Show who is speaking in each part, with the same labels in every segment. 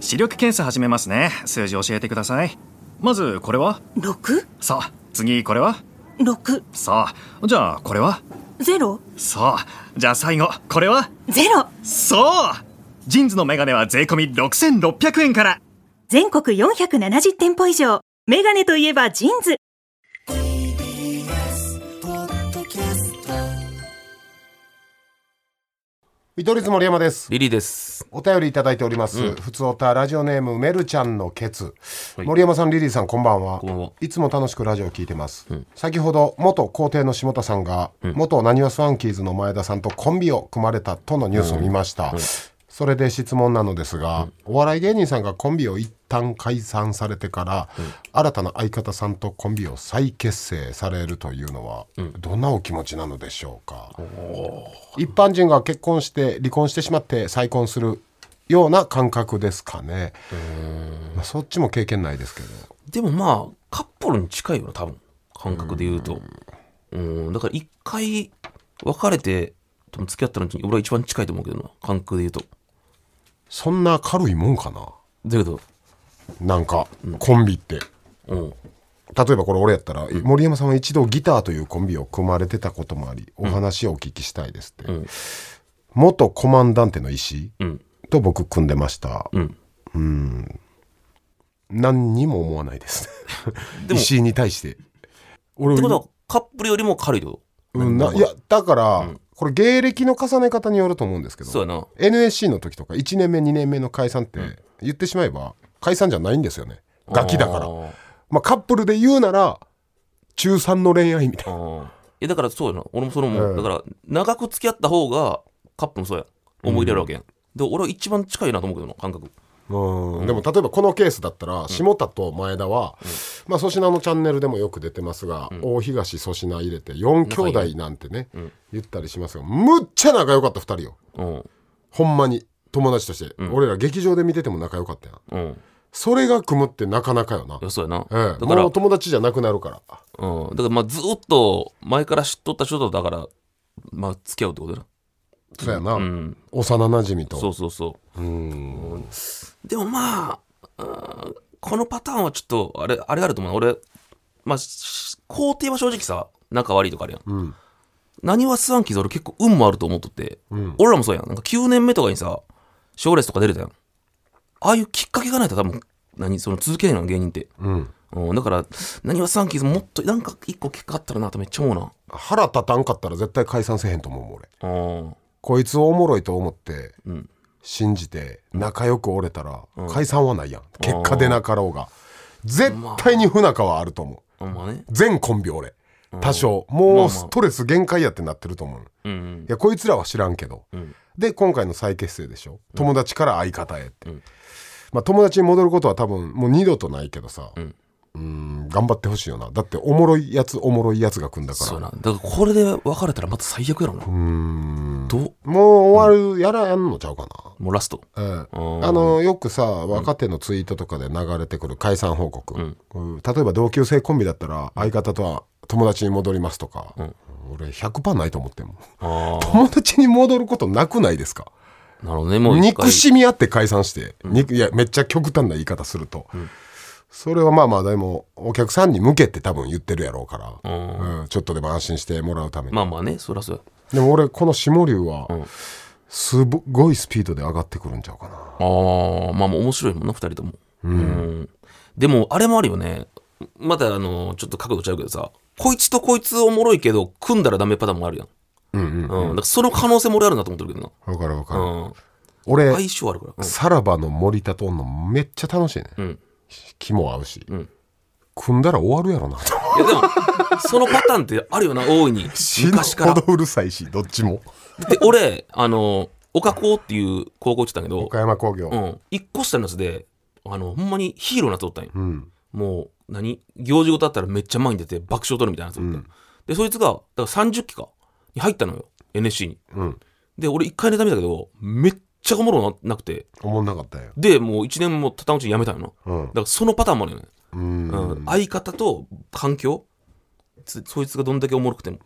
Speaker 1: 視力検査始めますね数字教えてくださいまずこれは
Speaker 2: 6?
Speaker 1: さあ次これは
Speaker 2: 6
Speaker 1: さあじゃあこれは
Speaker 2: ゼロ
Speaker 1: さあじゃあ最後これは
Speaker 2: ゼロ
Speaker 1: そうジンズのメガネは税込み6600円から
Speaker 2: 全国470店舗以上メガネといえばジーンズ
Speaker 3: TBS ポッドキャスト
Speaker 4: 見取り図森山です
Speaker 5: リリーです。
Speaker 4: お便りいただいております、ふつおたラジオネームめるちゃんのケツ、
Speaker 5: はい
Speaker 4: 森山さんリリーさんこんばんは
Speaker 5: こんばんはい
Speaker 4: つも楽しくラジオを聞いてます、先ほど元皇帝の下田さんが、元なにわスワンキーズの前田さんとコンビを組まれたとのニュースを見ました、それで質問なのですが、お笑い芸人さんがコンビを一旦解散されてから、新たな相方さんとコンビを再結成されるというのは、どんなお気持ちなのでしょうか、一般人が結婚して離婚してしまって再婚するような感覚ですかね、まあ、そっちも経験ないですけど
Speaker 5: でもまあ、カップルに近いよな、多分。感覚で言うと。うん、だから一回別れて、多分付き合ったのに俺は一番近いと思うけどな、感覚で言うと。
Speaker 4: そんな軽いもんかな
Speaker 5: だけど、
Speaker 4: なんかコンビって
Speaker 5: うん。
Speaker 4: 例えばこれ俺やったら、森山さんは一度ギターというコンビを組まれてたこともありお話をお聞きしたいですって、
Speaker 5: ん
Speaker 4: 元コマンダンテの石井
Speaker 5: うん。
Speaker 4: と僕組んでました、
Speaker 5: うん。
Speaker 4: 何にも思わないです
Speaker 5: でも
Speaker 4: 石井に対して俺
Speaker 5: ってことは、カップルよりも軽いってこ
Speaker 4: うん、ないやだから、これ芸歴の重ね方によると思うんですけ
Speaker 5: と
Speaker 4: ど
Speaker 5: そうやな。
Speaker 4: NSC の時とか1年目2年目の解散って言ってしまえば解散じゃないんですよねガキだから
Speaker 5: あー
Speaker 4: まあカップルで言うなら中3の恋愛みたいな
Speaker 5: ああ。いや、だからそうやな。俺もそのも
Speaker 4: うん
Speaker 5: う、だから、長く付き合った方が、カップルもそうや。思い入れあるわけやん。で、俺は一番近いなと思うけどな、感覚。
Speaker 4: うんでも例えばこのケースだったら下田と前田はまあ粗品のチャンネルでもよく出てますが大東粗品入れて4兄弟なんてね言ったりしますがむっちゃ仲良かった2人よ
Speaker 5: うん。
Speaker 4: ほんまに友達として俺ら劇場で見てても仲良かったやん
Speaker 5: うん。い
Speaker 4: それが組むってなかなかよな
Speaker 5: や、そうやな。
Speaker 4: ええ、
Speaker 5: だから
Speaker 4: もう、友達じゃなくなるから
Speaker 5: うん、だからまあずっと前から知っとった人とだからまあ付き合うってことだ
Speaker 4: そうやな、
Speaker 5: なうん
Speaker 4: 幼なじみと
Speaker 5: そうそうそう
Speaker 4: ーん
Speaker 5: うでもまあうんこのパターンはちょっとあれあれあると思うな俺まあし肯定は正直さ仲悪いとかあるやん
Speaker 4: うん
Speaker 5: なにわスワンキーズ俺結構運もあると思っとって、
Speaker 4: うん
Speaker 5: 俺らもそうやんなんか9年目とかにさ賞レースとか出れたやんああいうきっかけがないと多分何その続けないの芸人って、
Speaker 4: うん
Speaker 5: うん、だからなにわスワンキーズもっとなんか一個結果あったらなとめっちゃ思うな
Speaker 4: 腹立たんかったら絶対解散せへんと思うもん俺
Speaker 5: うん
Speaker 4: こいつをおもろいと思って、
Speaker 5: ん
Speaker 4: 信じて仲良く折れたら解散はないやん、結果出なかろうが絶対に不仲はあると思う
Speaker 5: ほんまね
Speaker 4: 全コンビ俺多少もうストレス限界やってなってると思う、
Speaker 5: うんうん
Speaker 4: いやこいつらは知らんけど、で今回の再結成でしょ友達から相方へって、まあ、友達に戻ることは多分もう二度とないけどさ、うん、ん頑張ってほしいよなだっておもろいやつおもろいやつが組んだ
Speaker 5: そ
Speaker 4: か
Speaker 5: う
Speaker 4: ら
Speaker 5: なだからこれで別れたらまた最悪やろなどう
Speaker 4: もう終わるやらやんのちゃうか
Speaker 5: もうラスト
Speaker 4: な、ええ
Speaker 5: うん
Speaker 4: あのよくさ若手のツイートとかで流れてくる解散報告、うん例えば同級生コンビだったら相方とは友達に戻りますとか、俺100%ないと思ってんもん
Speaker 5: あ
Speaker 4: 友達に戻ることなくないですか
Speaker 5: あなるほどねもう一回
Speaker 4: 憎しみ合って解散して、にいやめっちゃ極端な言い方すると、それはまあまあでもお客さんに向けて多分言ってるやろうから、うんちょっとでも安心してもらうために、
Speaker 5: まあまあねそらそうや
Speaker 4: でも俺この下流は、すごいスピードで上がってくるんちゃうかな
Speaker 5: あーまあまあ面白いもんな2人ともうん、でもあれもあるよねまたあのちょっと角度ちゃうけどさこいつとこいつおもろいけど組んだらダメパターンもあるやんうんだからその可能性も俺あるなと思ってるけど
Speaker 4: わかるわか
Speaker 5: な
Speaker 4: る、
Speaker 5: うん
Speaker 4: 俺、
Speaker 5: 相性あるからうん
Speaker 4: さらばの森田とおんのめっちゃ楽しいね、
Speaker 5: ん
Speaker 4: 気も合うし、
Speaker 5: ん
Speaker 4: 組んだら終わるやろな
Speaker 5: いやでもそのパターンってあるよな大い に 昔か
Speaker 4: 死ぬ
Speaker 5: ら
Speaker 4: ほどうるさいしどっちも
Speaker 5: で俺あの岡高っていう高校行ってたんやけど
Speaker 4: 岡山工業、
Speaker 5: うん、一個下のやつであのほんまにヒーローなやつおったんよ、
Speaker 4: ん
Speaker 5: もう何行事事あったらめっちゃ前に出て爆笑取るみたいなやつおった、でそいつがだから30期かに入ったのよ NSC に、
Speaker 4: ん
Speaker 5: で俺1回ネタ見たけどめっちゃおもろななくて
Speaker 4: 思んなかったよ
Speaker 5: でもう1年もたたんうちに辞めたんよな、
Speaker 4: うん
Speaker 5: だからそのパターンもあるよね、
Speaker 4: うん
Speaker 5: うん相方と環境つそいつがどんだけおもろくても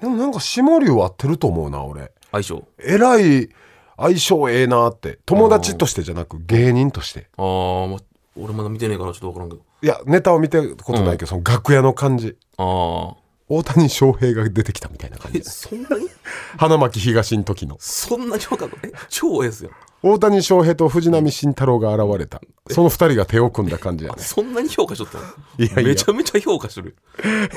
Speaker 4: でもなんか下流は合ってると思うな俺
Speaker 5: 相性
Speaker 4: えらい相性ええなって友達としてじゃなく芸人として
Speaker 5: あー、ま、俺まだ見てねえからちょっとわからんけど
Speaker 4: いやネタを見たことないけど、その楽屋の感じ
Speaker 5: あ
Speaker 4: 大谷翔平が出てきたみたいな感
Speaker 5: ー
Speaker 4: じ
Speaker 5: えそんなに
Speaker 4: 花巻東の時の
Speaker 5: そんなにわかんないえ超ええっすよ
Speaker 4: 大谷翔平と藤浪晋太郎が現れたその二人が手を組んだ感じやね
Speaker 5: そんなに評価しとったの
Speaker 4: いやいや
Speaker 5: めちゃめちゃ評価してる。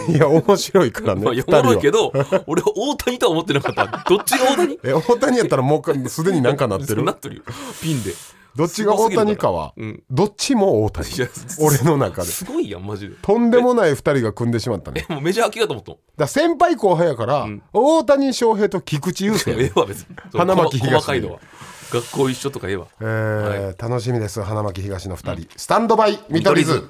Speaker 4: いや面白いからね
Speaker 5: まあ、
Speaker 4: 二
Speaker 5: よ
Speaker 4: 人は
Speaker 5: ろいけど、俺は大谷とは思ってなかった。どっちが大谷
Speaker 4: え大谷やったらもうすでになんかなって
Speaker 5: そう
Speaker 4: る
Speaker 5: なってるよ。ピンで。
Speaker 4: どっちが大谷かは、
Speaker 5: うん
Speaker 4: どっちも大谷
Speaker 5: いや
Speaker 4: 俺の中です
Speaker 5: ごいやん、マジで。
Speaker 4: とんでもない二人が組んでしまったね
Speaker 5: もうメジャー明けかと思ったもん。
Speaker 4: だから先輩後輩やから、大谷翔平と菊池雄星、
Speaker 5: ええわ、別に。そう
Speaker 4: 花巻東
Speaker 5: 細細かいのは。学校一緒とかええわ。
Speaker 4: えー楽しみです花巻東の二人、スタンドバイ見取り図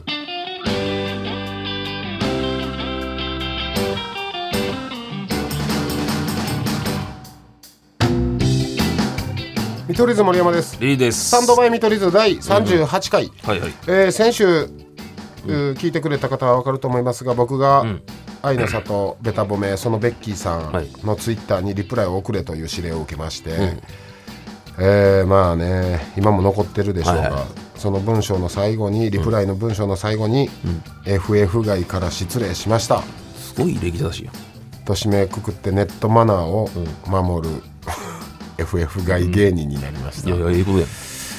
Speaker 4: 見取り図森山です
Speaker 5: リーです。
Speaker 4: スタンドバイ見取り図第38回、
Speaker 5: はいはい。
Speaker 4: えー先週、うー聞いてくれた方は分かると思いますが僕が、愛の里 べた褒めそのベッキーさ
Speaker 5: はい
Speaker 4: んのツイッターにリプライを送れという指令を受けまして、えーまあね今も残ってるでしょうが、
Speaker 5: はいは
Speaker 4: その文章の最後にリプライの文章の最後に「FF 外から失礼しました」
Speaker 5: すごい礼儀正しいよ。
Speaker 4: と締めくくってネットマナーを守る、FF 外芸人になりました。
Speaker 5: いやいや、ええことやん。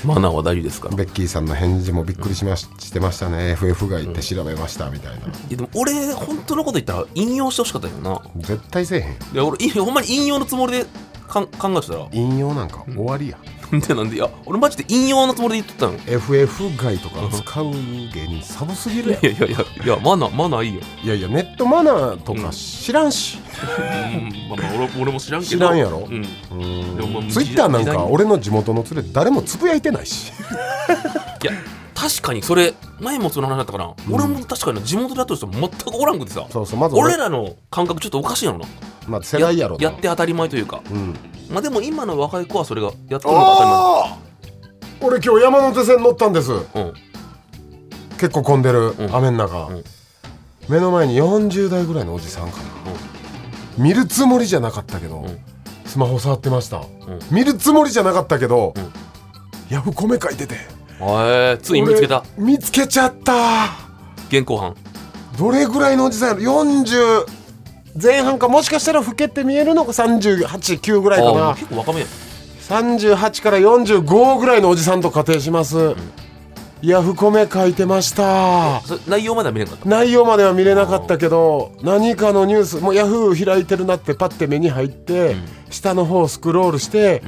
Speaker 5: マナーは大事ですから。い
Speaker 4: ベッキーさんの返事もびっくりしまししてましたね FF 外って調べましたみたいな
Speaker 5: や、でも俺、本当のこと言ったら引用してほしかったよな。
Speaker 4: 絶対せえへん
Speaker 5: いや、俺、いほんまに引用のつもりでかん考えてたら。
Speaker 4: 引用なんか終わりや、
Speaker 5: なんでなんで、いや、俺マジで引用のつもりで言っとったの。
Speaker 4: FF 外とか使う芸人サボすぎるやん
Speaker 5: いやいやいや、いやマナー、マナーいいよ。
Speaker 4: いやいやネットマナーとか知らんし、
Speaker 5: うん、まあ、まあ俺俺も知らんけど。
Speaker 4: 知らんやろ
Speaker 5: うん。
Speaker 4: うん
Speaker 5: でもまあ
Speaker 4: ツイッターなん
Speaker 5: 時代
Speaker 4: か
Speaker 5: に
Speaker 4: 俺の地元の連れ誰もつぶやいてないし
Speaker 5: いや、確かにそれ、前もその話だったかな。俺も確かに地元でやってる人全くおらんくてさ。
Speaker 4: そうそうまず俺
Speaker 5: 俺らの感覚ちょっとおかしいやろな。
Speaker 4: まあ、世代やろな
Speaker 5: やって当たり前というか。
Speaker 4: うん
Speaker 5: まあでも今の若い子はそれがやってるのが
Speaker 4: あー俺今日山手線乗ったんです
Speaker 5: 当たり前。うん。
Speaker 4: 結構混んでる、
Speaker 5: うん
Speaker 4: 雨の中、
Speaker 5: うん
Speaker 4: 目の前に40代ぐらいのおじさんかな、見るつもりじゃなかったけど、
Speaker 5: ん
Speaker 4: スマホ触ってました、
Speaker 5: ん
Speaker 4: 見るつもりじゃなかったけど、
Speaker 5: ん
Speaker 4: ヤフコメ書いてて
Speaker 5: えー、ついに見つけた。
Speaker 4: 俺見つけちゃった
Speaker 5: 現行犯。
Speaker 4: どれぐらいのおじさんやろ40前半かもしかしたら老けて見えるのが389ぐらいか
Speaker 5: あ
Speaker 4: な
Speaker 5: あ、結構若めや。
Speaker 4: 38から45ぐらいのおじさんと仮定します、ヤフコメ書いてました
Speaker 5: それ内容までは見れんかった。
Speaker 4: 内容までは見れなかったけど何かのニュースもうヤフー開いてるなってパッて目に入って、下の方スクロールして、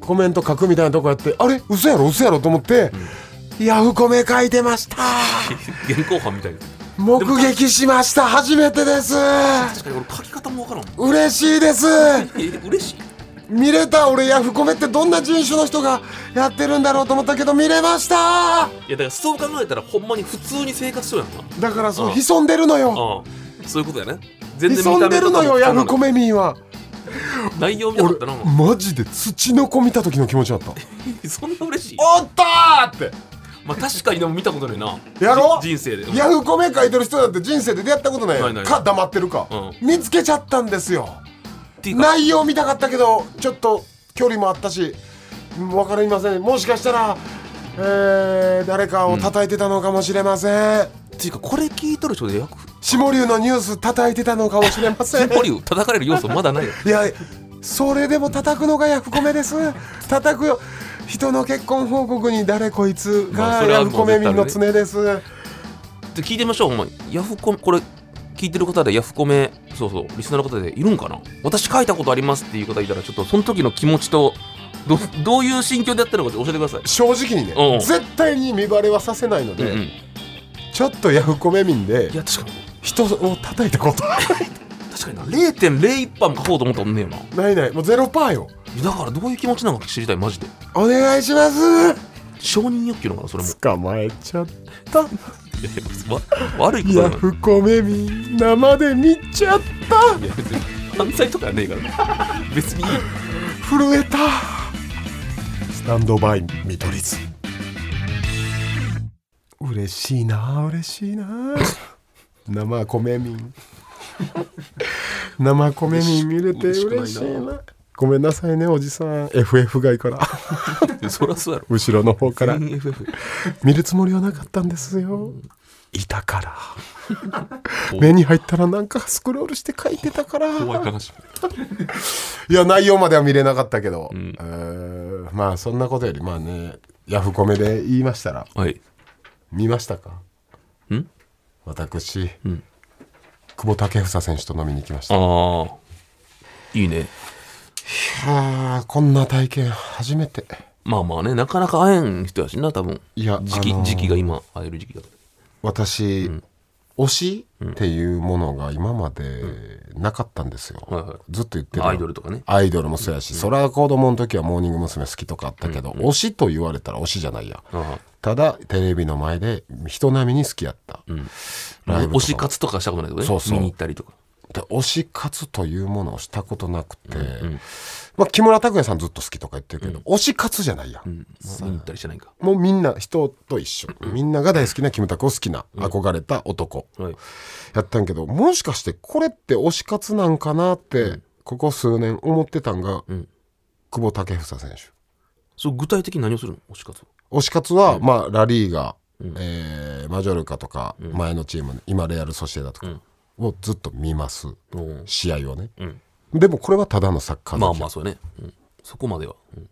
Speaker 4: コメント書くみたいなとこやってあれ嘘やろ嘘やろと思って、ヤフコメ書いてま した
Speaker 5: 現行犯みたいな。
Speaker 4: 目撃しました初めてです
Speaker 5: 確かに俺書き方もわからん。
Speaker 4: 嬉しいです
Speaker 5: え嬉しい。
Speaker 4: 見れた俺ヤフコメってどんな人種の人がやってるんだろうと思ったけど見れました
Speaker 5: いやだからそう考えたらほんまに普通に生活しとるやんな。
Speaker 4: だからそううん潜んでるのよ
Speaker 5: ああ、そういうことやね。全然見
Speaker 4: 潜
Speaker 5: た
Speaker 4: んで
Speaker 5: 目
Speaker 4: る
Speaker 5: と
Speaker 4: の
Speaker 5: か
Speaker 4: よ
Speaker 5: も
Speaker 4: ヤフコメ民は。
Speaker 5: 内容見なかったな。
Speaker 4: 俺マジで土の子見た時の気持ちだった
Speaker 5: そんな嬉しい。
Speaker 4: おったーって
Speaker 5: まあ確かにでも見たことないな。
Speaker 4: やろ
Speaker 5: じ人生で。
Speaker 4: ヤフコメ書いてる人なんて人生で出会ったことない
Speaker 5: ないない
Speaker 4: か黙ってるか、
Speaker 5: う
Speaker 4: 見つけちゃったんですよ
Speaker 5: ていうか
Speaker 4: 内容見たかったけどちょっと距離もあったし分かりませんもしかしたら、えー誰かを叩いてたのかもしれません、
Speaker 5: っていうかこれ聞いとる人で役
Speaker 4: 下流のニュース叩いてたのかもしれませ
Speaker 5: シ
Speaker 4: ん
Speaker 5: ンポリウム叩かれ る要素まだないよ。
Speaker 4: いやそれでも叩くのがヤフコメです叩くよ人の結婚報告に誰こいつ
Speaker 5: まあ
Speaker 4: が
Speaker 5: それは
Speaker 4: ヤ
Speaker 5: も
Speaker 4: フ
Speaker 5: う
Speaker 4: コメ民の常です、
Speaker 5: で聞いてみましょう。ほんまにヤフコメこれ聞いてる方でヤフコメそうそうリスナーの方でいるんかな。私書いたことありますっていう方いたらちょっとその時の気持ちとどどういう心境でやってるのか教えてください。
Speaker 4: 正直にね、
Speaker 5: うん
Speaker 4: 絶対に見バレはさせないので、
Speaker 5: うんうん。
Speaker 4: ちょっとヤフコメ民で
Speaker 5: いや確かに
Speaker 4: 人を叩いたこと
Speaker 5: 確かにな0.01パーも書こうと思ったことねえよな。
Speaker 4: ないないもうゼロパーよ
Speaker 5: いやだからどういう気持ちなのか知りたいマジで。
Speaker 4: お願いします
Speaker 5: 承認欲求なのかな それも。
Speaker 4: 捕まえちゃっ
Speaker 5: いやいやわ悪いこと
Speaker 4: ヤ
Speaker 5: なの。
Speaker 4: フコメ民生で見ちゃった
Speaker 5: いや別に犯罪とかはねえからな別にいいよ
Speaker 4: 震えたスタンドバイ見取り図嬉しいな嬉しいな生米民生米民見れて嬉しい
Speaker 5: 嬉しくない
Speaker 4: なごめんなさいねおじさん FF 外から
Speaker 5: そりゃそうやろ
Speaker 4: 後ろの方から
Speaker 5: FF
Speaker 4: 見るつもりはなかったんですよいたから 目に入ったらなんかスクロールして書いてたから
Speaker 5: 怖い話
Speaker 4: いや内容までは見れなかったけど、えーまあそんなことよりまあねヤフコメで言いましたら
Speaker 5: はい
Speaker 4: 見ましたか
Speaker 5: ん
Speaker 4: 私、久保建英選手と飲みに行きました
Speaker 5: ああいいね
Speaker 4: はあこんな体験初めて
Speaker 5: まあまあねなかなか会えん人やしな多分
Speaker 4: いや
Speaker 5: 時期、
Speaker 4: あのー
Speaker 5: 時期が今会える時期だ
Speaker 4: 私、推しっていうものが今までなかったんですよ、
Speaker 5: はいはい
Speaker 4: ずっと言ってる
Speaker 5: アイドルとかね
Speaker 4: アイドルもそうやし、それは子供の時はモーニング娘。好きとかあったけど、推しと言われたら推しじゃないや、
Speaker 5: あ
Speaker 4: ただテレビの前で人並みに好きやった、ライブとかも
Speaker 5: 推し活とかしたことないけどね
Speaker 4: そうそう
Speaker 5: 見に行ったりとか
Speaker 4: で推し活というものをしたことなくて、まあ、木村拓哉さんずっと好きとか言ってるけど、推し活じゃないやん、
Speaker 5: 見に行ったりしてないか
Speaker 4: もうみんな人と一緒、みんなが大好きなキムタクを好きな憧れた男、
Speaker 5: はい
Speaker 4: やったんけどもしかしてこれって推し活なんかなってここ数年思ってたんが、
Speaker 5: ん
Speaker 4: 久保建英選手
Speaker 5: そう具体的に何をするの推し活
Speaker 4: 推し活は、まあ、ラリーが、えーマジョルカとか前のチーム、今レアル・ソシエダとかをずっと見ます、
Speaker 5: ん
Speaker 4: 試合をね、
Speaker 5: ん
Speaker 4: でもこれはただのサッカー
Speaker 5: ま
Speaker 4: 好
Speaker 5: あ
Speaker 4: き
Speaker 5: まあそうやね、うん、そこまでは、うん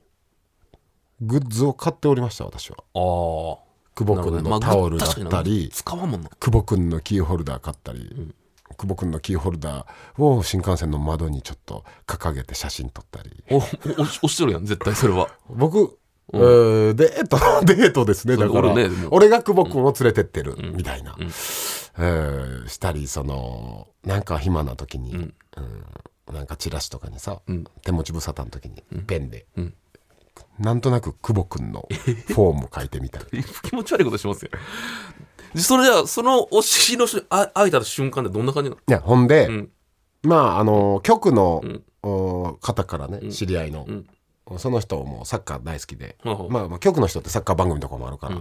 Speaker 4: グッズを買っておりました私は
Speaker 5: ああ
Speaker 4: 久保君のタオルだったり、
Speaker 5: 使わんもんな
Speaker 4: 久保君のキーホルダー買ったり、久保君のキーホルダーを新幹線の窓にちょっと掲げて写真撮ったり
Speaker 5: おお押し押してるやん絶対それは
Speaker 4: 僕、えーデート デートですねだか
Speaker 5: それ
Speaker 4: ら
Speaker 5: おるねでも
Speaker 4: 俺が久保君を連れてってるみたいな、えーしたりそのなんか暇な時に、うんなんかチラシとかにさ、手持ち無沙汰の時にペンで、なんとなく久保君 のフォーム書いてみたり
Speaker 5: 気持ち悪いことしますよそれじゃあその推しの人にあ会えた瞬間でどんな感じなの
Speaker 4: いやほんで、
Speaker 5: ん
Speaker 4: まああの局の、お方からね知り合いの、その人もサッカー大好きで、
Speaker 5: ほうほう
Speaker 4: まあ、まあ局の人ってサッカー番組とかもあるから、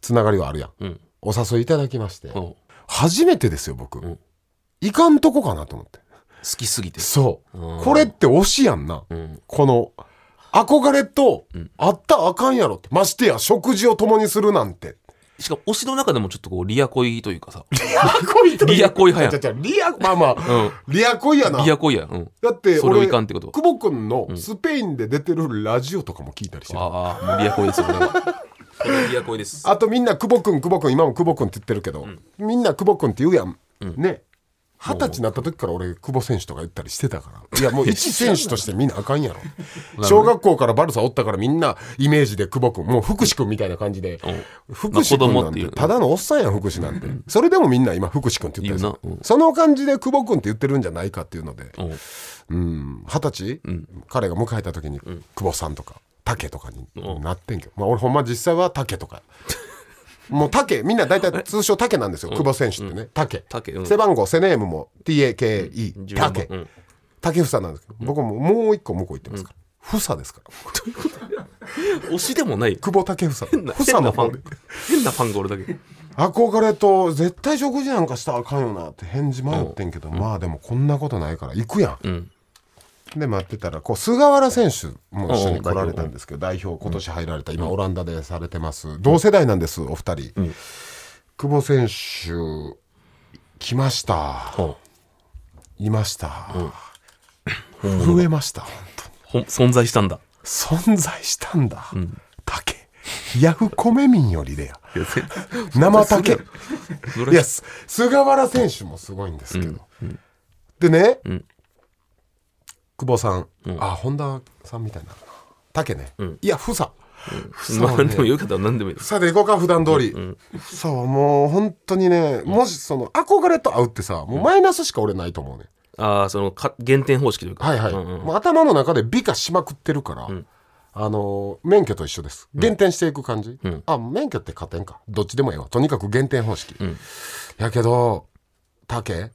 Speaker 4: つながりはあるやん、
Speaker 5: うん
Speaker 4: お誘いいただきまして、
Speaker 5: 好
Speaker 4: 初めてですよ僕、
Speaker 5: ん
Speaker 4: いかんとこかなと思って
Speaker 5: きすぎて
Speaker 4: そう、
Speaker 5: うん
Speaker 4: これって推しやんな、
Speaker 5: ん
Speaker 4: この憧れとあったらあかんやろってましてや食事を共にするなんて
Speaker 5: しかも推しの中でもちょっとこうリア恋というかさ
Speaker 4: リア恋という
Speaker 5: リア恋派やん
Speaker 4: ちゃちゃちゃリアまあまあ、
Speaker 5: うん
Speaker 4: リア恋やな
Speaker 5: リア恋やん、うん、
Speaker 4: だって
Speaker 5: それを
Speaker 4: 俺
Speaker 5: いかんってこと
Speaker 4: 久保君のスペインで出てるラジオとかも聞いたりしてるあ
Speaker 5: ああもうリア恋ですよこれはこれはリア恋です
Speaker 4: とみんな久保君久保君今も久保君って言ってるけど、みんな久保君って言うやん、ね二十歳になった時から俺久保選手とか言ったりしてた からいやもう一選手としてみんなあかんやろ小学校からバルサおったからみんなイメージで久保君もう福士君みたいな感じで
Speaker 5: うん
Speaker 4: 福士君
Speaker 5: まあ子
Speaker 4: な
Speaker 5: 供っ
Speaker 4: ん
Speaker 5: てい
Speaker 4: て
Speaker 5: う
Speaker 4: ただのおっさんやん福士なんてそれでもみんな今福士君って言ってるんです
Speaker 5: 言うなう
Speaker 4: よその感じで久保君って言ってるんじゃないかっていうので、
Speaker 5: うん
Speaker 4: うん二十歳、彼が迎えた時に、久保さんとか竹とかになってんけど、まあ、俺ほんま実際は竹とか もう竹みんな大体通称竹なんですよ、久保選手ってね竹
Speaker 5: 竹うん
Speaker 4: 背番号セネームも TAKE、
Speaker 5: うん
Speaker 4: 竹、
Speaker 5: うん
Speaker 4: 竹房なんですけど僕ももう一個向こう行ってますから、房ですから
Speaker 5: 推しでもない
Speaker 4: 久保竹房
Speaker 5: 変な
Speaker 4: 房の
Speaker 5: ファ
Speaker 4: 方で
Speaker 5: ン変なファンが俺だけ
Speaker 4: 憧れと絶対食事なんかしたらあかんよなって返事迷ってんけど、まあでもこんなことないから行くやん、
Speaker 5: ん
Speaker 4: で待ってたらこう菅原選手も一緒に来られたんですけど代表今年入られた今オランダでされてます同世代なんですお二人、久保選手来ました
Speaker 5: ほ
Speaker 4: いました、震えました本当に
Speaker 5: ほん存在したんだ
Speaker 4: 存在したんだ、竹ヤフコメ民よりでや生竹
Speaker 5: そ
Speaker 4: い
Speaker 5: れ
Speaker 4: や、す菅原選手もすごいんですけど。でね、久保さん、あ、本田さんみたいな。竹ね。いや、ふさ。ふさ
Speaker 5: まあ
Speaker 4: は
Speaker 5: で
Speaker 4: ね
Speaker 5: もよかったら何でもいいです
Speaker 4: さで行こうか、普段通り。ふさはもう本当にね、もしその憧れと会うってさ、もうマイナスしか俺ないと思うね。
Speaker 5: ああそのか減点方式というか
Speaker 4: はいはい。
Speaker 5: うんうん
Speaker 4: もう頭の中で美化しまくってるから、あのー免許と一緒です減点していく感じ、あ免許って加点かどっちでもええわとにかく減点方式、やけど竹、め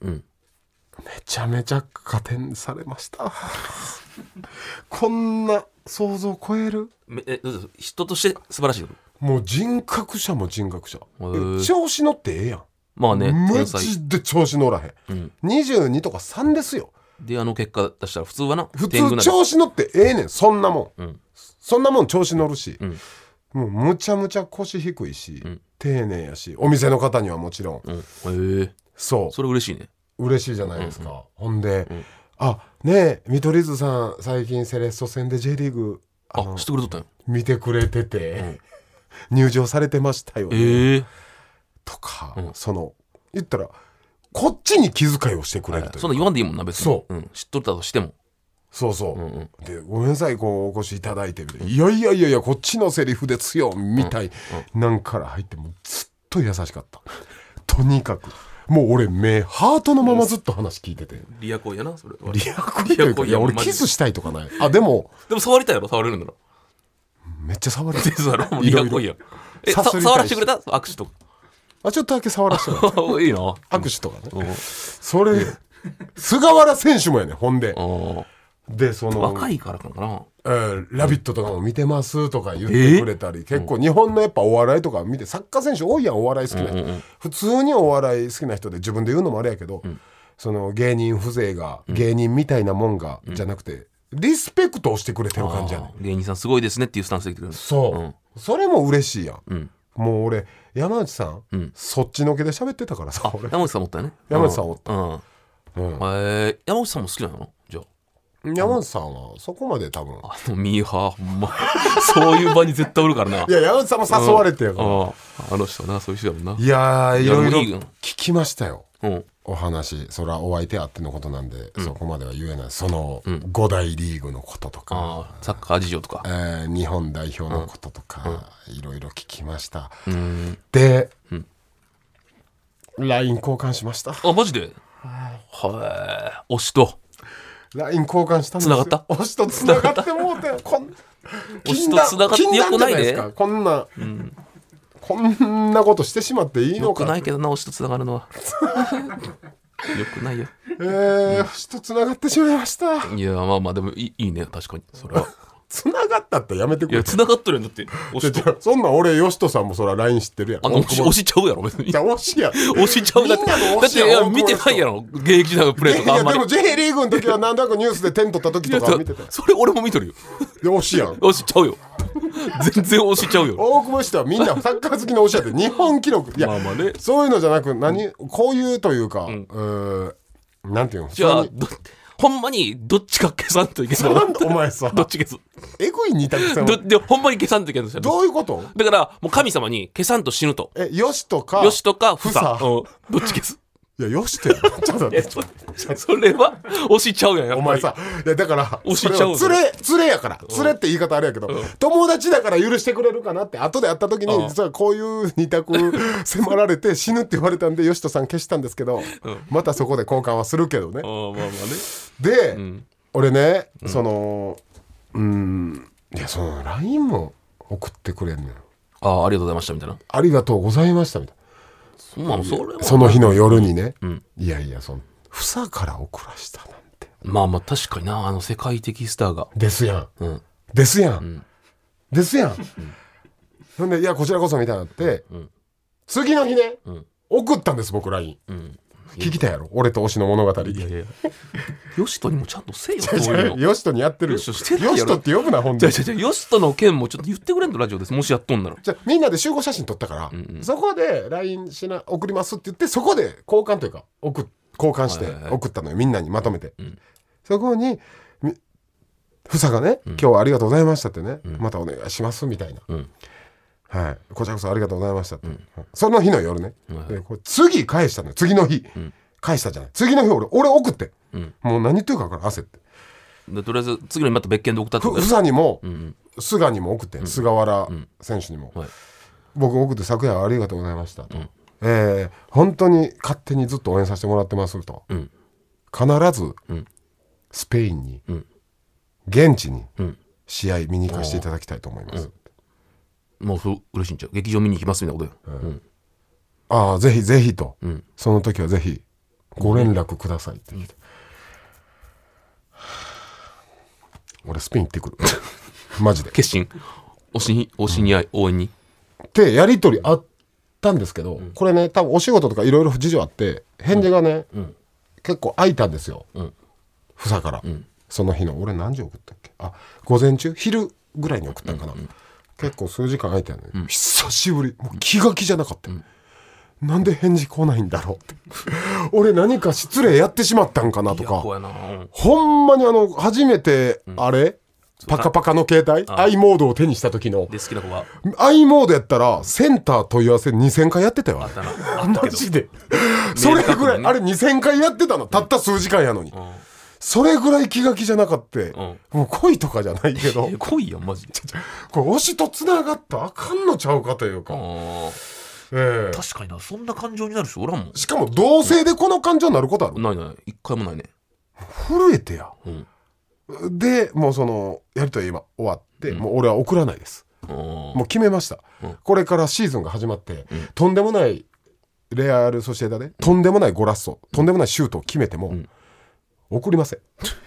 Speaker 4: ちゃめちゃ加点されました こんな想像を超える
Speaker 5: めえどうぞ人として素晴らしいよ
Speaker 4: もう人格者も人格者
Speaker 5: ー
Speaker 4: 調子乗ってええやん
Speaker 5: まあね
Speaker 4: マ
Speaker 5: 天才
Speaker 4: ジで調子乗らへん、22とか3ですよ
Speaker 5: であの結果出したら普通はな
Speaker 4: 普
Speaker 5: 天
Speaker 4: 通
Speaker 5: 狗なんか
Speaker 4: 調子乗ってええねんそんなもん、
Speaker 5: ん
Speaker 4: そんなもん調子乗るし、
Speaker 5: ん
Speaker 4: もうむちゃむちゃ腰低いし、丁寧やしお店の方にはもちろん、
Speaker 5: うんへえ
Speaker 4: そう
Speaker 5: それ嬉しいね
Speaker 4: 嬉しいじゃないですか、ほんで、あねえ見取り図さん最近セレッソ戦で J リーグあ
Speaker 5: あ
Speaker 4: の
Speaker 5: してくれとったんや
Speaker 4: 見てくれてて、入場されてましたよ、ね
Speaker 5: ええ
Speaker 4: とか、その言ったらこっちに気遣いをしてくれるというか
Speaker 5: そんな言わんでいいもんな別に、
Speaker 4: そうん
Speaker 5: 知っとったとしても
Speaker 4: そうそう、
Speaker 5: ん
Speaker 4: でごめんなさいこうお越しいただいてみたいないやいやいやいやこっちのセリフですよみたいなんから入ってもうずっと優しかったとにかくもう俺目ハートのままずっと話聞いてて
Speaker 5: リアコイやなそれ
Speaker 4: リアコイというかいや俺キスしたいとかないあでも
Speaker 5: でも触りたいやろ触れるんだろ
Speaker 4: めっちゃ触れて
Speaker 5: で
Speaker 4: る
Speaker 5: そうやろもう
Speaker 4: い
Speaker 5: リ
Speaker 4: ろ
Speaker 5: ア
Speaker 4: いろ
Speaker 5: コイやんえ
Speaker 4: さ
Speaker 5: さ
Speaker 4: すりたいし
Speaker 5: 触らせてくれた握 手と
Speaker 4: あちょっとだけ触らせてもらっ
Speaker 5: かいいな
Speaker 4: た握手とかねそれ菅原選手もやねほんで
Speaker 5: あ
Speaker 4: でそ
Speaker 5: あ
Speaker 4: の
Speaker 5: 若いからかな
Speaker 4: えーラビット!」とかも見てますとか言ってくれたり、結構日本のやっぱお笑いとか見てサッカー選手多いやんお笑い好きな人、普通にお笑い好きな人で自分で言うのもあれやけど、その芸人風情が芸人みたいなもんが、じゃなくてリスペクトをしてくれてる感じやねん
Speaker 5: あー芸人さんすごいですねっていうスタンスで来てくれる
Speaker 4: そう、
Speaker 5: うん
Speaker 4: それも嬉しいやん、
Speaker 5: うん
Speaker 4: もう俺山内さん、
Speaker 5: ん
Speaker 4: そっちのけで喋ってたからさ
Speaker 5: あ
Speaker 4: 俺
Speaker 5: 山口さんもおったよね
Speaker 4: 山口さんおった
Speaker 5: うん、
Speaker 4: うん
Speaker 5: へえ山口さんも好きなのじゃあ
Speaker 4: 山内さんはそこまで多分
Speaker 5: あのミーハーほんま そういう場に絶対おるからない
Speaker 4: や山内さんも誘われてやから、
Speaker 5: あああの人なそういう人やもんない
Speaker 4: やーいろいろ
Speaker 5: いやもういいよ
Speaker 4: 聞きましたよ
Speaker 5: うん
Speaker 4: お話それはお相手あってのことなんで、そこまでは言えないその5大リーグのこととか、
Speaker 5: ああサッカー事情とか
Speaker 4: えー日本代表のこととか、いろいろ聞きました、で、LINE 交換しました
Speaker 5: あマジではい推しと
Speaker 4: LINE 交換したんですよ
Speaker 5: 繋がった
Speaker 4: 推しとつながってもうてこん
Speaker 5: 推しとつながって
Speaker 4: 禁断
Speaker 5: よくな
Speaker 4: 禁断じ
Speaker 5: いね
Speaker 4: ゃですかこんな、こんなことしてしまっていい
Speaker 5: よ
Speaker 4: の
Speaker 5: く
Speaker 4: か
Speaker 5: ないけどな推しとつながるのは よくないよ
Speaker 4: えー推しとつながってしまいました
Speaker 5: いやまあまあでもいいいいね確かにそれは
Speaker 4: つながったってやめてく
Speaker 5: いや
Speaker 4: れ
Speaker 5: つながっとるやんだって推し
Speaker 4: ちょ
Speaker 5: と
Speaker 4: ちょそんなん俺、よしとさんもそら LINE 知ってるやん。
Speaker 5: あの推し推
Speaker 4: し。
Speaker 5: しちゃうやろ別に
Speaker 4: じゃあ、推しや。
Speaker 5: 推しちゃうだって
Speaker 4: みんなの
Speaker 5: だ
Speaker 4: 推
Speaker 5: って
Speaker 4: し
Speaker 5: い
Speaker 4: や大
Speaker 5: や
Speaker 4: 久保
Speaker 5: 見てないやろ現役時代のプレーと
Speaker 4: い
Speaker 5: かあ
Speaker 4: や、
Speaker 5: んま
Speaker 4: で
Speaker 5: り
Speaker 4: も J リーグの時はなんとなくニュースでテン取った時
Speaker 5: いや
Speaker 4: と
Speaker 5: そ
Speaker 4: か
Speaker 5: う
Speaker 4: 見てたよ。
Speaker 5: それ俺も見とるよ
Speaker 4: で、推しやん。
Speaker 5: 推しちゃ うよ全然推しちゃうよ
Speaker 4: 大久保氏はみんなサッカー好きの推しやって、日本記録。いや、
Speaker 5: まあまあね
Speaker 4: そういうのじゃなく、何、こういうというか、うーん、なんていうの
Speaker 5: じゃあ
Speaker 4: 普通に
Speaker 5: どほんまにどっちか消さんといけない
Speaker 4: なんでお前さ
Speaker 5: ど、っち消す
Speaker 4: エグい二択さん
Speaker 5: どでほんまに消さんといけないんですよ
Speaker 4: どういうこと
Speaker 5: だからもう神様に消さんと死ぬと
Speaker 4: え、よしとか、
Speaker 5: よしとかふさ
Speaker 4: ふさ
Speaker 5: うんどっち消す
Speaker 4: いや、よしとやろ。ちょっと待って、
Speaker 5: それは推しちゃうやんやっぱり
Speaker 4: お前さ、いやだから、
Speaker 5: 押しちゃうの
Speaker 4: それは連れ、連れやから、連れって言い方あれやけど、友達だから許してくれるかなって、後で会った時
Speaker 5: うん
Speaker 4: に、実はこういう二択迫られて死ぬって言われたんで、よしとさん消したんですけど、またそこで交換はするけどね
Speaker 5: あ。ーまあまあね
Speaker 4: で、俺ね、その、うん、いや、その LINE も送ってくれんのよ。
Speaker 5: ああありがとうございましたみたいな
Speaker 4: ありがとうございましたみたい
Speaker 5: そんなのそれは
Speaker 4: な。その日の夜にね、いやいや、その、房から送らしたなんて。
Speaker 5: まあまあ確かになあの世界的スターが
Speaker 4: ですやん。
Speaker 5: うん
Speaker 4: ですやん、ですやん、ほんで「いやこちらこそ」みたいになって、次の日ね、送ったんです僕 LINE、聞きたやろ俺と推しの物語
Speaker 5: いやいやヨシトにもちゃんとせえよそういうの
Speaker 4: よしとにやってるよ
Speaker 5: よしと
Speaker 4: よ
Speaker 5: してないやろ
Speaker 4: しとって呼ぶなほん
Speaker 5: じゃ
Speaker 4: で
Speaker 5: あじゃあじゃあヨシトの件もちょっと言ってくれんとラジオですもしやっとんなら
Speaker 4: じゃあみんなで集合写真撮ったから、そこで LINE しな送りますって言ってそこで交換というか送っ交換して
Speaker 5: はいはいはい
Speaker 4: 送ったのよみんなにまとめて、そこにみ房がね、今日はありがとうございました」ってね、またお願いします」みたいな、
Speaker 5: ん
Speaker 4: はい「こちらこそありがとうございました」って、その日の夜ね、
Speaker 5: はい
Speaker 4: でこれ次返したのよ次の日、返したじゃない次の日俺俺送って、もう何言ってるか分からん焦って
Speaker 5: でとりあえず次の日また別件で送ったって
Speaker 4: ふ
Speaker 5: ことや
Speaker 4: 房にも、
Speaker 5: ん
Speaker 4: 菅にも送って、菅原選手にも、
Speaker 5: はい
Speaker 4: 僕送って昨夜はありがとうございましたと、えー本当に勝手にずっと応援させてもらってますと、
Speaker 5: ん
Speaker 4: 必ず、スペインに、
Speaker 5: ん
Speaker 4: 現地に
Speaker 5: ん
Speaker 4: 試合見に行かせていただきたいと思います、
Speaker 5: もうそう嬉しいんちゃう劇場見に行きますみたいなことや、うん
Speaker 4: ああぜひぜひと、
Speaker 5: ん
Speaker 4: その時はぜひご連絡くださいって言って、俺スペイン行ってくる マジで
Speaker 5: 決心推しに推しに愛、応援に
Speaker 4: ってやり取りあったんですけど、これね多分お仕事とかいろいろ事情あって返事がね、結構空いたんですよ、房から、その日の俺何時送ったっけあ午前中昼ぐらいに送ったんかな、結構数時間空いたよね、久しぶりもう気が気じゃなかった、なんで返事来ないんだろうって 俺何か失礼やってしまったんかなと
Speaker 5: いや
Speaker 4: か
Speaker 5: 怖いな、うん
Speaker 4: ほんまにあの初めてあれ、パカパカの携帯 i モードを手にした時の
Speaker 5: で好きな子は
Speaker 4: i モードやったらセンター問い合わせ2000回やってたよあ
Speaker 5: あ
Speaker 4: れ
Speaker 5: ったなあった
Speaker 4: マ
Speaker 5: けど
Speaker 4: ジでそれぐらい、
Speaker 5: ね
Speaker 4: あれ2000回やってたのたった数時間やのに、それぐらい気が気じゃなかった、もう恋とかじゃないけど
Speaker 5: え来いよマジで
Speaker 4: これ推しとつながったらあかんのちゃうかというか、
Speaker 5: あ
Speaker 4: ええ
Speaker 5: ー確かになそんな感情になる人おらんもん
Speaker 4: しかも同性でこの感情になることある、
Speaker 5: ないない一回もないね
Speaker 4: 震えてや、
Speaker 5: うん
Speaker 4: でもうそのやりとり今終わって、もう俺は送らないです
Speaker 5: あー
Speaker 4: もう決めました、これからシーズンが始まって、とんでもないレアル・ソシエダで、とんでもないゴラッソとんでもないシュートを決めても、送りません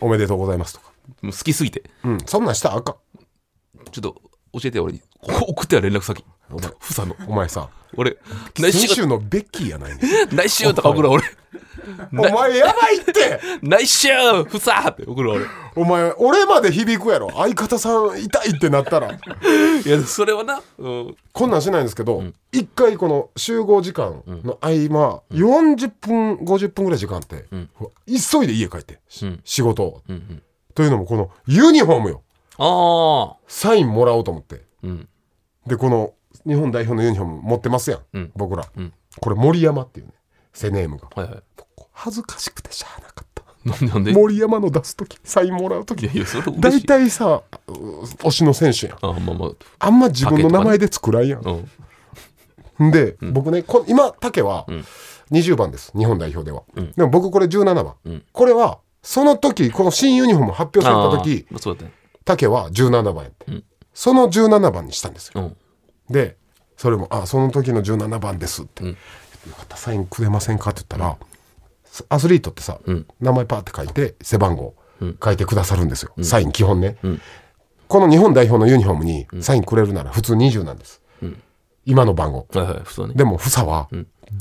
Speaker 4: おめでとうございますとか、
Speaker 5: もう好きすぎて
Speaker 4: うん、そんなんしたらあかん
Speaker 5: ちょっと教えてよ俺にここ送ってや連絡先
Speaker 4: お前
Speaker 5: ふさの
Speaker 4: お前さ
Speaker 5: 俺来
Speaker 4: 先
Speaker 5: 週
Speaker 4: 週のベッキーやないね
Speaker 5: 来週とか送る俺
Speaker 4: お前やばいって
Speaker 5: 来週ふさって送る俺
Speaker 4: お前俺まで響くやろ相方さん痛いってなったら
Speaker 5: いやそれはな、うん、
Speaker 4: こんなんしないんですけど、一回この集合時間の合間、40分50分ぐらい時間あって、急いで家帰って、し
Speaker 5: ん
Speaker 4: 仕事を、というのもこのユニフォームよ
Speaker 5: ああ
Speaker 4: サインもらおうと思って
Speaker 5: うん
Speaker 4: でこの日本代表のユニフォーム持ってますやん、
Speaker 5: ん
Speaker 4: 僕ら、これ森山っていうねセネームが
Speaker 5: はいはい
Speaker 4: 恥ずかしくてしゃあなかった
Speaker 5: なんでなんで
Speaker 4: 森山の出す時サインもらう
Speaker 5: い
Speaker 4: 時
Speaker 5: やいやそれ嬉
Speaker 4: 大
Speaker 5: しい
Speaker 4: 体さ推しの選手やん
Speaker 5: あまあまあ
Speaker 4: あんま自分の名前で作らんやん
Speaker 5: うん
Speaker 4: で、僕ねこ今竹は20番です日本代表では、でも僕これ17番、これはその時この新ユニフォーム発表された時
Speaker 5: あーまあそうだね
Speaker 4: 竹は17番やって、その17番にしたんですよ
Speaker 5: うん
Speaker 4: でそれも「あその時の17番です」って、よかったサインくれませんか?」って言ったら、アスリートってさ、名前パーって書いて背番号書いてくださるんですよ、サイン基本ね、この日本代表のユニフォームにサインくれるなら普通20なんです、今の番号、
Speaker 5: はいはい普通はね
Speaker 4: でも房は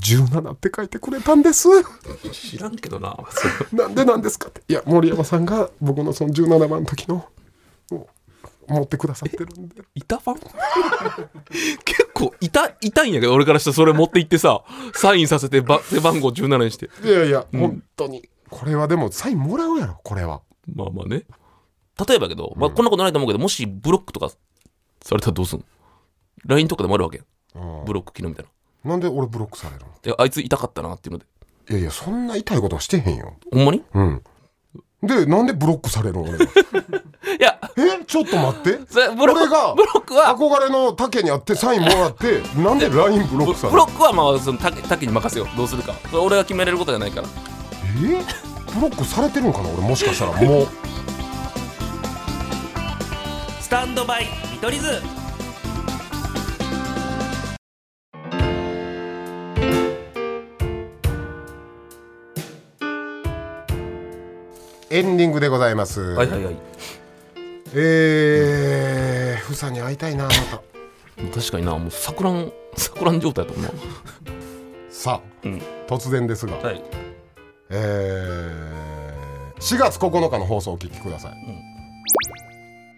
Speaker 4: 17って書いてくれたんです。
Speaker 5: 知らんけどな
Speaker 4: なんでなんですかって。いや森山さんが僕のその17番の時のを持ってくださってるんで。
Speaker 5: いたファン 結構いたいたんやけど俺からしたらそれ持って行ってさサインさせてば背番号17にして
Speaker 4: いやいや、本当にこれはでもサインもらうやろこれは。
Speaker 5: まあまあね例えばやけど、まあ、こんなことないと思うけどもしブロックとかされたらどうすんの ?LINE とかでもあるわけやんブロック昨日みたいな
Speaker 4: なんで俺ブロックされるの？
Speaker 5: であいつ痛かったなっていうので
Speaker 4: いやいやそんな痛いことはしてへんよ。
Speaker 5: ほんまにい
Speaker 4: うん。でなんでブロックされるの 俺は。
Speaker 5: や
Speaker 4: えちょっと待って。
Speaker 5: それブロッ
Speaker 4: 俺が
Speaker 5: クブロックは
Speaker 4: 憧れの竹にあってサインもらってなんでラインブロックされる
Speaker 5: ブ
Speaker 4: の？
Speaker 5: ロックはまあそのタケタケに任せようどうするかそれ俺が決めれることじゃないから
Speaker 4: えブロックされてるのかな俺もしかしたらもう。
Speaker 5: スタンドバイ見取り図
Speaker 4: エンディングでございます。
Speaker 5: はいはいはい
Speaker 4: えー、ふさに会いたいな、また。
Speaker 5: 確かになもう桜 ん桜ん状態だと思
Speaker 4: さあ、
Speaker 5: うん
Speaker 4: 突然ですが、
Speaker 5: うはい
Speaker 4: えー、4月9日の放送をお聞きください。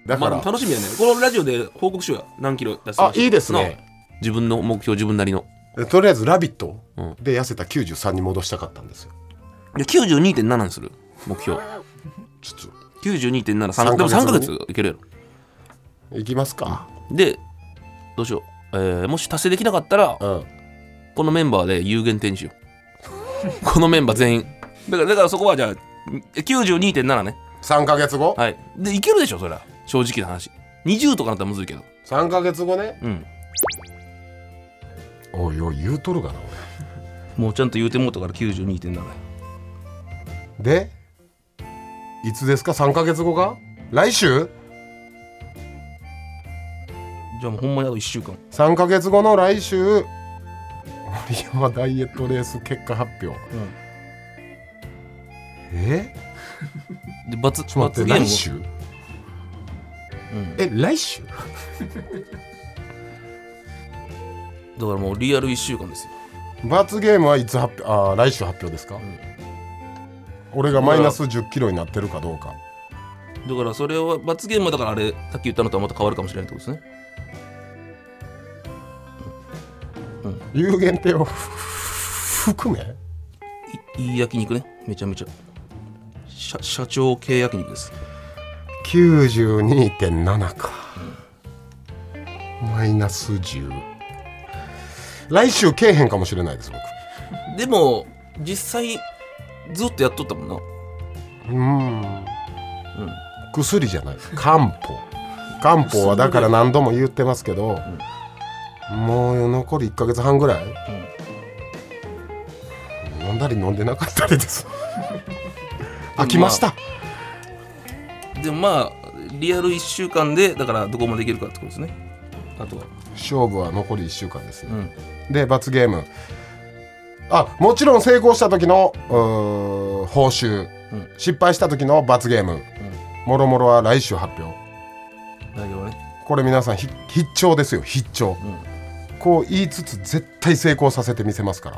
Speaker 4: だ
Speaker 5: ま
Speaker 4: か
Speaker 5: あ
Speaker 4: ら、
Speaker 5: 楽しみやねこのラジオで報告しようや何キロ出した
Speaker 4: あ、いいですね。
Speaker 5: 自分の目標自分なりの
Speaker 4: えとりあえず、ラビット
Speaker 5: うん
Speaker 4: で痩せた93に戻したかったんですよ。
Speaker 5: いや92.7にする目標
Speaker 4: ちょっ
Speaker 5: 92.7
Speaker 4: 三
Speaker 5: 三でも3ヶ
Speaker 4: ヶ月
Speaker 5: 月いける
Speaker 4: と、
Speaker 5: や
Speaker 4: いきますか。
Speaker 5: ろでどうしよう、えーもし達成できなかったら
Speaker 4: うん。
Speaker 5: このメンバーで有限展示 ようこのメンバー全員だからだからそこはじゃあ92.7ね
Speaker 4: 3ヶ月後、
Speaker 5: はいでいけるでしょそりゃ正直な話20とかなったらむずいけど
Speaker 4: 三3ヶ月後ね。
Speaker 5: うん
Speaker 4: おいおい、言うとるがな、
Speaker 5: もうちゃんと言うてもうたから92.7
Speaker 4: 俺。で、いつですか、3ヶ月後が来週
Speaker 5: じゃあもうほんまにあと1週間
Speaker 4: 3ヶ月後の来週森山ダイエットレース結果発表、え
Speaker 5: で罰
Speaker 4: ちょっと待
Speaker 5: 罰
Speaker 4: って
Speaker 5: ゲーム
Speaker 4: 来週、え
Speaker 5: を
Speaker 4: 来週
Speaker 5: だからもうリアル1週間ですよ
Speaker 4: 罰ゲームはいつ発表あー来週発表ですか、俺がマイナス1 0キロになってるかどうか
Speaker 5: だからそれは罰ゲームはだからあれさっき言ったのとはまた変わるかもしれないってことですね
Speaker 4: 有限定を含め
Speaker 5: いいい焼肉ねめちゃめちゃ社社長系焼肉です
Speaker 4: 92.7かマイナス10来週けえへんかもしれないです
Speaker 5: でも実際ずっとやっとったもんな
Speaker 4: 僕うん薬じゃない漢方漢方はだから何度も言ってますけど、もう残り1ヶ月半ぐらい、飲んだり飲んでなかったりです 飽きました、
Speaker 5: でもまあリアル1週間でだからどこまでいけるかってことですねあとは
Speaker 4: 勝負は残り1週間ですね、
Speaker 5: うん
Speaker 4: で罰ゲームあもちろん成功した時のうー報酬、
Speaker 5: うん
Speaker 4: 失敗した時の罰ゲーム、もろもろは来週発表
Speaker 5: 内容はね
Speaker 4: これ皆さんひ必聴ですよ必聴、こう言いつつ絶対成功させてみせますから、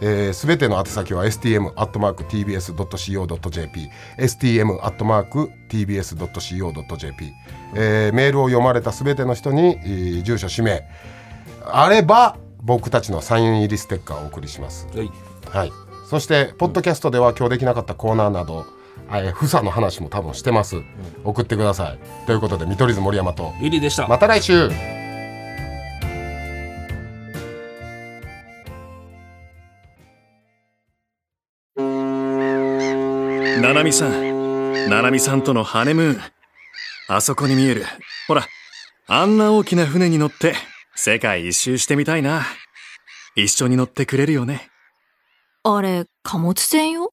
Speaker 4: えー、全ての宛先は stm.tbs.co.jp stm.tbs.co.jp、えー、メールを読まれた全ての人に、えー住所氏名あれば僕たちのサイン入りステッカーをお送りします
Speaker 5: はい
Speaker 4: はい、そしてポッドキャストでは今日できなかったコーナーなど、えー、ふさの話も多分してます、送ってくださいということで見取り図森山と
Speaker 5: リリーでした
Speaker 4: また来週
Speaker 1: ななみさんななみさんとのハネムーンあそこに見えるほらあんな大きな船に乗って世界一周してみたいな一緒に乗ってくれるよね
Speaker 6: あれ、貨物船よ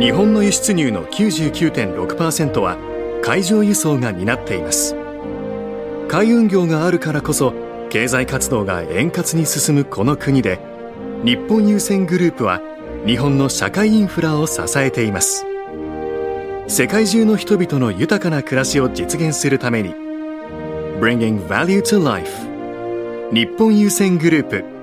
Speaker 1: 日本の輸出入の99.6%は海上輸送が担っています海運業があるからこそ経済活動が円滑に進むこの国で日本郵船グループは日本の社会インフラを支えています世界中の人々の豊かな暮らしを実現するために Bringing Value to Life 日本郵船グループ